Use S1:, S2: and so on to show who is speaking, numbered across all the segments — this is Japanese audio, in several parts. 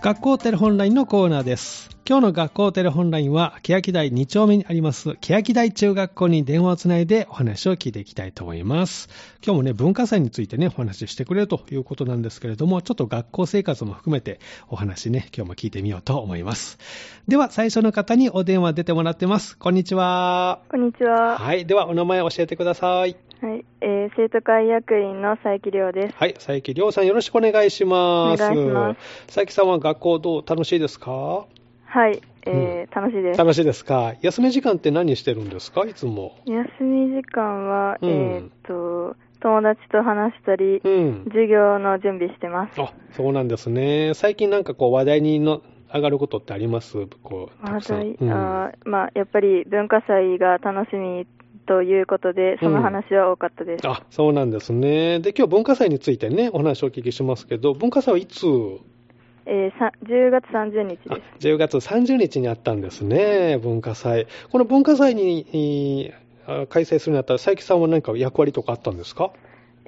S1: 学校テレホンラインのコーナーです。今日の学校テレホンラインは、欅台2丁目にあります、欅台中学校に電話をつないでお話を聞いていきたいと思います。今日もね、文化祭についてね、お話ししてくれるということなんですけれども、ちょっと学校生活も含めてお話ね、今日も聞いてみようと思います。では、最初の方にお電話出てもらってます。こんにちは。
S2: こんにちは。は
S1: はい、ではお名前教えてください。
S2: い、えー生徒会役員の佐伯亮です。
S1: はい、佐伯亮さんよろしくお願いします。
S2: お願いします
S1: 佐伯さんは学校どう楽しいですか
S2: はい、えー楽しいです。
S1: 楽しいですか休み時間って何してるんですかいつも。
S2: 休み時間は、
S1: うん
S2: えーっと、友達と話したり、
S1: うん。
S2: 授業の準備してます。
S1: あ、そうなんですね。最近なんかこう話題にの上がることってありますこう、たく
S2: 話
S1: さん。
S2: 題、
S1: うん
S2: あーまあ、やっぱり文化祭が楽しみということで、その話は多かったです。
S1: あ、そうなんですね。で、今日文化祭についてね、お話をお聞きしますけど、文化祭はいつ
S2: えーさ10月30日
S1: あ
S2: です。
S1: 10月30日にあったんですね、文化祭。この文化祭にえーあ開催するにあったら、佐伯さんは何か役割とかあったんですか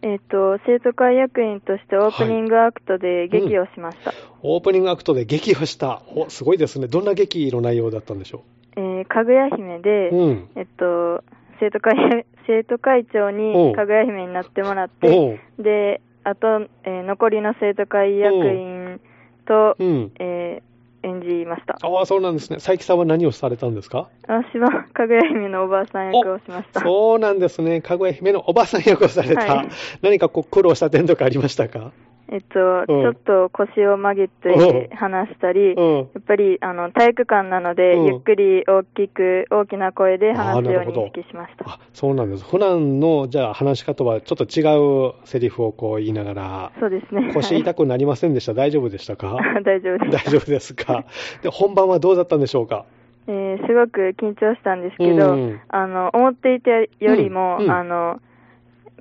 S2: えーっと、生徒会役員としてオープニングアクトで劇をしました。
S1: オープニングアクトで劇をした。お、すごいですね。どんな劇の内容だったんでしょ
S2: えーかぐや姫で、
S1: う。うん。
S2: えっと、生徒会、 生徒会長
S1: おう
S2: にかぐや姫になってもらっ
S1: お
S2: て、
S1: う。
S2: で、あと、えー残りの生徒会役員と
S1: う、ん。
S2: えー演じました。
S1: ああ、そうなんですね。佐伯さんは何をされたんですか
S2: 私は かぐや姫のおばあさん役をしました。
S1: そうなんですね。かぐや姫のおばあさん役をされた。
S2: はい
S1: 何かこう苦労した点とかありましたか
S2: えっと、ちょっと腰を曲げ
S1: おう
S2: て話したり、
S1: う
S2: や
S1: ん。
S2: っぱりあの体育館なので、
S1: うん
S2: ゆっくり大きく、大きな声
S1: あ
S2: で
S1: ー
S2: 話す
S1: な
S2: よ
S1: る
S2: うに
S1: ほど
S2: 意識しました。
S1: あ、そうなんです。普段の、じゃあ話し方はちょっと違うセリフをこう言いながら、
S2: そうですね。
S1: 腰痛くなりませんでした。大丈夫でした か
S2: はい大丈夫です
S1: 大。丈夫ですか。で、本番はどうだったんでしょうか。
S2: えーすごく緊張したんですけど、
S1: うん
S2: あの思っていたよりも、
S1: うんうん
S2: あの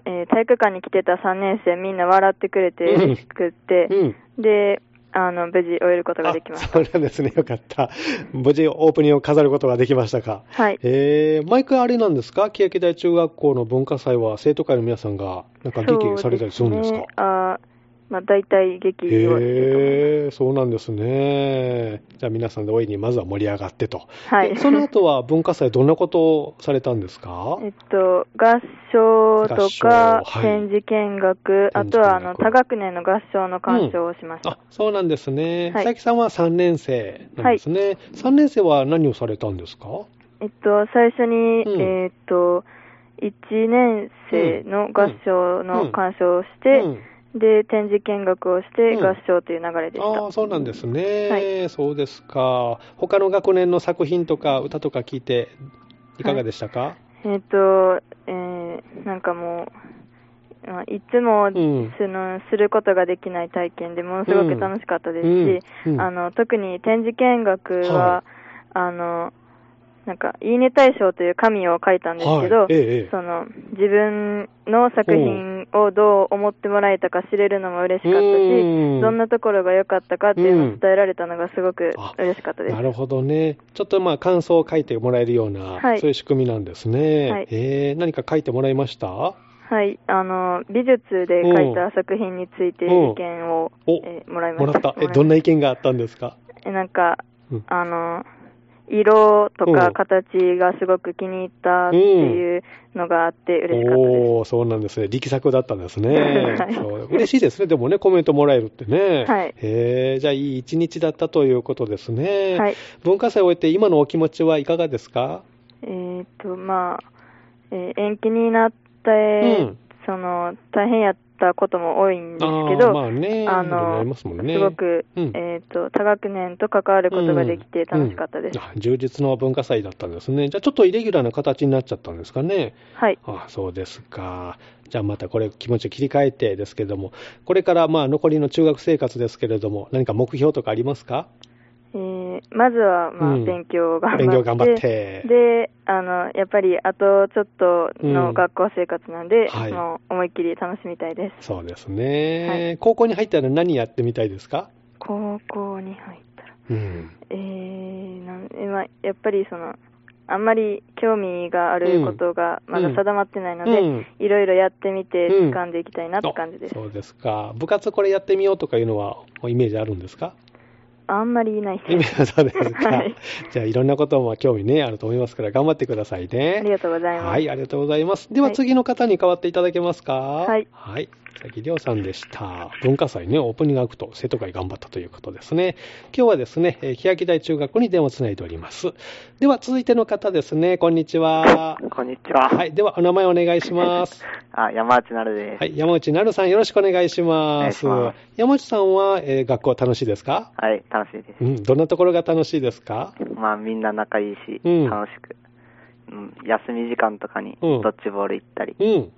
S2: えー体育館に来てた3年生みんな笑ってくれて
S1: うん
S2: 嬉しくって、
S1: うん。
S2: であの無事終えることができま
S1: あ
S2: した。
S1: そうなんですね。よかった。無事オープニングを飾ることができましたか。
S2: はい、
S1: えー、毎回あれなんですか欅台中学校の文化祭は生徒会の皆さんがなんか
S2: そう
S1: 劇
S2: ね
S1: されたりするんですか
S2: あーまあ、大体劇をしてると思います
S1: へえ、そうなんですね。じゃあ皆さんで大いにまずは盛り上がってと。
S2: はい
S1: でその後は文化祭どんなことをされたんですか
S2: えっと、合唱
S1: 合
S2: と
S1: 唱は
S2: か
S1: い
S2: 展示見学、あとはあ
S1: 展示見
S2: の
S1: 学
S2: 多学年の合唱の鑑賞をしました。
S1: あ、そうなんですね。
S2: はい
S1: 佐伯さんは3年生なんですね。3年生は何をされたんですか
S2: えっと、最初に、
S1: うん
S2: えーっと、1年生の合唱
S1: うん
S2: の鑑賞をし
S1: う
S2: て、
S1: ん
S2: で、展示見学をして、
S1: うん
S2: 合唱という流れでした。
S1: ああ、そうなんですね。
S2: は
S1: そうですか。他の学年の作品とか歌とか聞いて、いかがでしたか、
S2: えっと、えーなんかもう、まあいつも、
S1: ん
S2: その、することができない体験でものすごく楽しかったですし、
S1: うんうん
S2: あの、特に展示見学は、
S1: は
S2: あの、なんか、いいね大賞という紙を書いたんですけど、
S1: はいええええ
S2: その自分の作品をどう思ってもらえたか知れるのも嬉しかったし、
S1: うん
S2: どんなところが良かったかっていうのを伝えられたのがすごく
S1: あ
S2: 嬉しかったです。
S1: なるほどね。ちょっとまあ感想を書いてもらえるような、
S2: はい
S1: そういう仕組みなんですね。
S2: はい
S1: えー何か書いてもらいました
S2: はい、あの美術で書いた作品について
S1: うん
S2: 意見を、
S1: お
S2: えーもらいま
S1: も
S2: し
S1: ら
S2: た。
S1: った。え、どんな意見があったんですか
S2: えなんか
S1: うん
S2: あの色と
S1: うん
S2: か形がすごく気に入ったっていうのがあって嬉しかったです。
S1: おー、そうなんですね。力作だったんですね。
S2: はい
S1: そう嬉しいですね。でもね、コメントもらえるってね。
S2: はい
S1: えーじゃあいい一日だったということですね。
S2: はい
S1: 文化祭を終えて今のお気持ちはいかがですか
S2: えーっと、まあ、えー延期になって、
S1: うん
S2: その、大変やったことも多いんですけ
S1: あー
S2: ど、
S1: まあねい
S2: あ
S1: ろいろあ
S2: の
S1: りますもんね
S2: すごく、
S1: うん
S2: えーっと、多学年と関わることができて楽しかったです。
S1: うんうんあ充実の文化祭だったんですね。じゃあちょっとイレギュラーな形になっちゃったんですかね。
S2: はい。
S1: あそうですか。じゃあまたこれ気持ちを切り替えてですけども、これからまあ残りの中学生活ですけれども、何か目標とかありますか
S2: えーまずは、まあ、
S1: うん
S2: 勉強を頑張って。
S1: 勉強頑張って
S2: で、あの、やっぱり、あとちょっと
S1: うん
S2: の学校生活なんで、
S1: はい
S2: もう思いっきり楽しみたいです。
S1: そうですね、
S2: は
S1: 高校に入ったら何やってみたいですか
S2: 高校に入ったら。
S1: うん。
S2: えーなんえまあやっぱりそのあんまり興味があることが
S1: うん
S2: まだ定まってないので、
S1: うん
S2: いろいろやってみて
S1: うん
S2: 掴んでいきたいなって感じです、
S1: あそうですか。部活これやってみようとかいうのは、イメージあるんですか
S2: あんまりいないで
S1: 今
S2: す。
S1: はそうですか。
S2: はい
S1: じゃあ、いろんなことも興味ね、あると思いますから、頑張ってください
S2: あり
S1: ね。
S2: がとうございます。
S1: はい、ありがとうございます。では、
S2: はい
S1: 次の方に代わっていただけますか。はいはい。佐木亮さんでした。文化祭ね、オープニングアクト、生徒会頑張ったということですね。今日はですね、えー欅台中学校に電話をつないでおります。では、続いての方ですね、こんにちは。
S3: こんにちは。
S1: はい、では、お名前お願いします。
S3: あ山内なるです。
S1: はい、山内なるさん、よろしくお願いします。
S3: お願いしま
S1: 山内さんは、えー学校は楽しいですか
S3: はい。楽しいで
S1: うん、どんなところが楽しいですか
S3: す。まあ、みんな仲いいし、
S1: うん
S3: 楽しく、うん。休み時間とかに、
S1: うん
S3: ドッジボール行ったり
S1: うん。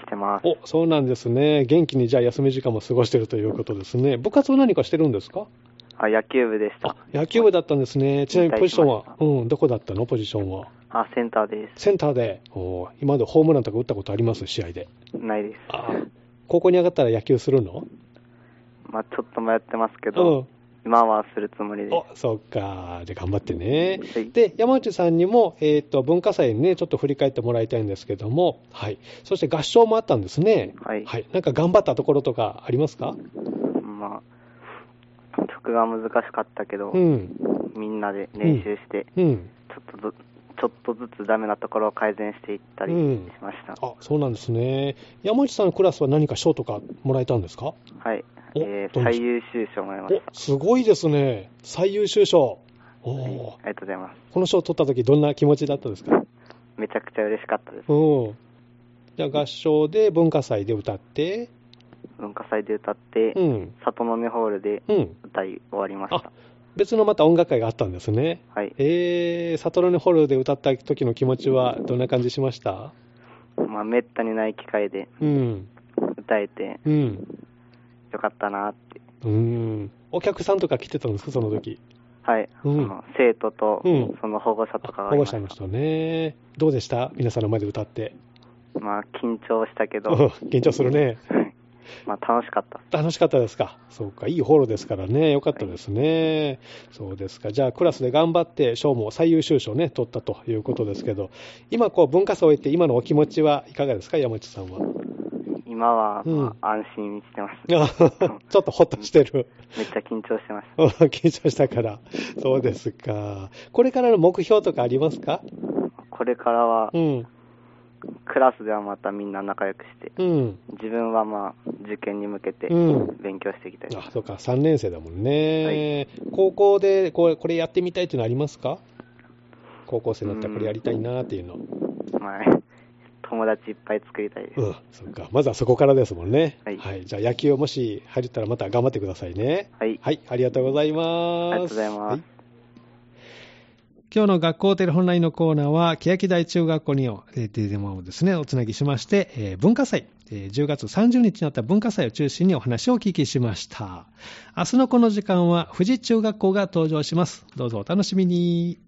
S3: してます。
S1: お、そうなんですね。元気にじゃあ休み時間も過ごしてるということですね。部活は何かしてるんですか
S3: あ、野球部でした
S1: あ。、野球部だったんですね。ちなみにポジション
S3: 引退し
S1: は
S3: ま、
S1: うん、どこだったのポジションは。
S3: あ、センターで
S1: センターで、おー今までホームランとか打ったことあります試合で。
S3: す。ないです。
S1: あー高校に上がったら野球するの
S3: まあ、ちょっと迷ってますけど、今はするつもり
S1: うん。
S3: で
S1: お、そうか。じゃあ頑張ってね。
S3: す。はい。
S1: で、山内さんにも、えっ、と、文化祭にね、ちょっと振り返ってもらいたいんですけども、はい。そして合唱もあったんですね。
S3: はい。
S1: はい。なんか頑張ったところとかありますか
S3: まあ、曲が難しかったけど、
S1: うん。
S3: みんなで練習して、
S1: うん。
S3: ちょっとずちょっとずつダメなところを改善していったり
S1: うん
S3: しました。
S1: あ、そうなんですね。山内さんのクラスは何か賞とかもらえたんですか
S3: はい。
S1: お
S3: え
S1: ど
S3: ー、
S1: うで
S3: 最
S1: し
S3: 優秀賞もらいま
S1: お
S3: し、
S1: すごいですね。最優秀賞。お
S3: た。はいあり
S1: ー
S3: がとうございます。
S1: この賞を取った時どんな気持ちだったですか
S3: めちゃくちゃ嬉しかったです。
S1: うん。じゃあ合唱で文化祭で歌って、
S3: 文化祭で歌って、
S1: うん。
S3: 里の根ホールで
S1: うん。
S3: 歌い終わりました
S1: あ。別のまた音楽会があったんですね。
S3: はい。
S1: えー、サトルネホールで歌った時の気持ちはどんな感じしました
S3: まあ、めったにない機会で
S1: うん。
S3: 歌えて
S1: うん。
S3: よかったなって。
S1: うん。お客さんとか来てたんですか、その時。
S3: はい。
S1: うん
S3: その生徒と
S1: うん、
S3: その保護者とか
S1: あ
S3: が
S1: 保
S3: い
S1: 護
S3: まし
S1: 者
S3: た。
S1: の人ね。どうでした皆さんの前で歌って。
S3: まあ、緊張したけど、はい
S1: 緊張するね。
S3: まあ、楽しかった。
S1: 楽しかったですか。そうか、いいホールですからね。よかったですね。そうですか。じゃあ、クラスで頑張って、賞も最優秀賞ね、取ったということですけど、今、こう、文化祭を終えて、今のお気持ちはいかがですか、山内さんは。
S3: 今は、
S1: うん
S3: まあ、安心してます。
S1: あちょっとほっとしてる。
S3: めっちゃ緊張してまし
S1: うん緊張したから。そうですか。これからの目標とかありますか
S3: た。これからは
S1: う、ん。
S3: クラスではまたみんな仲良くして、
S1: うん。
S3: 自分はまあ、受験に向けて
S1: うん
S3: 勉強していきたい。
S1: あ、そうか。3年生だもんね。高校でこれ、これやってみたいっていうのありますか高校生になったらこれやりたいなっていうの。
S3: まあ、友達いっぱい作りたいです。
S1: うん。そっか。まずはそこからですもんね。
S3: はい
S1: じゃあ野球もし入ったらまた頑張ってくださいね。
S3: はい。
S1: はい。ありがとうございます。
S3: ありがとうございます
S1: は今日の学校テレホンラインのコーナーは、欅台中学校にお、えー、デモをですね、おつなぎしまして、えー文化祭、えー10月30日にあった文化祭を中心にお話をお聞きしました。明日のこの時間は、富士中学校が登場します。どうぞお楽しみに。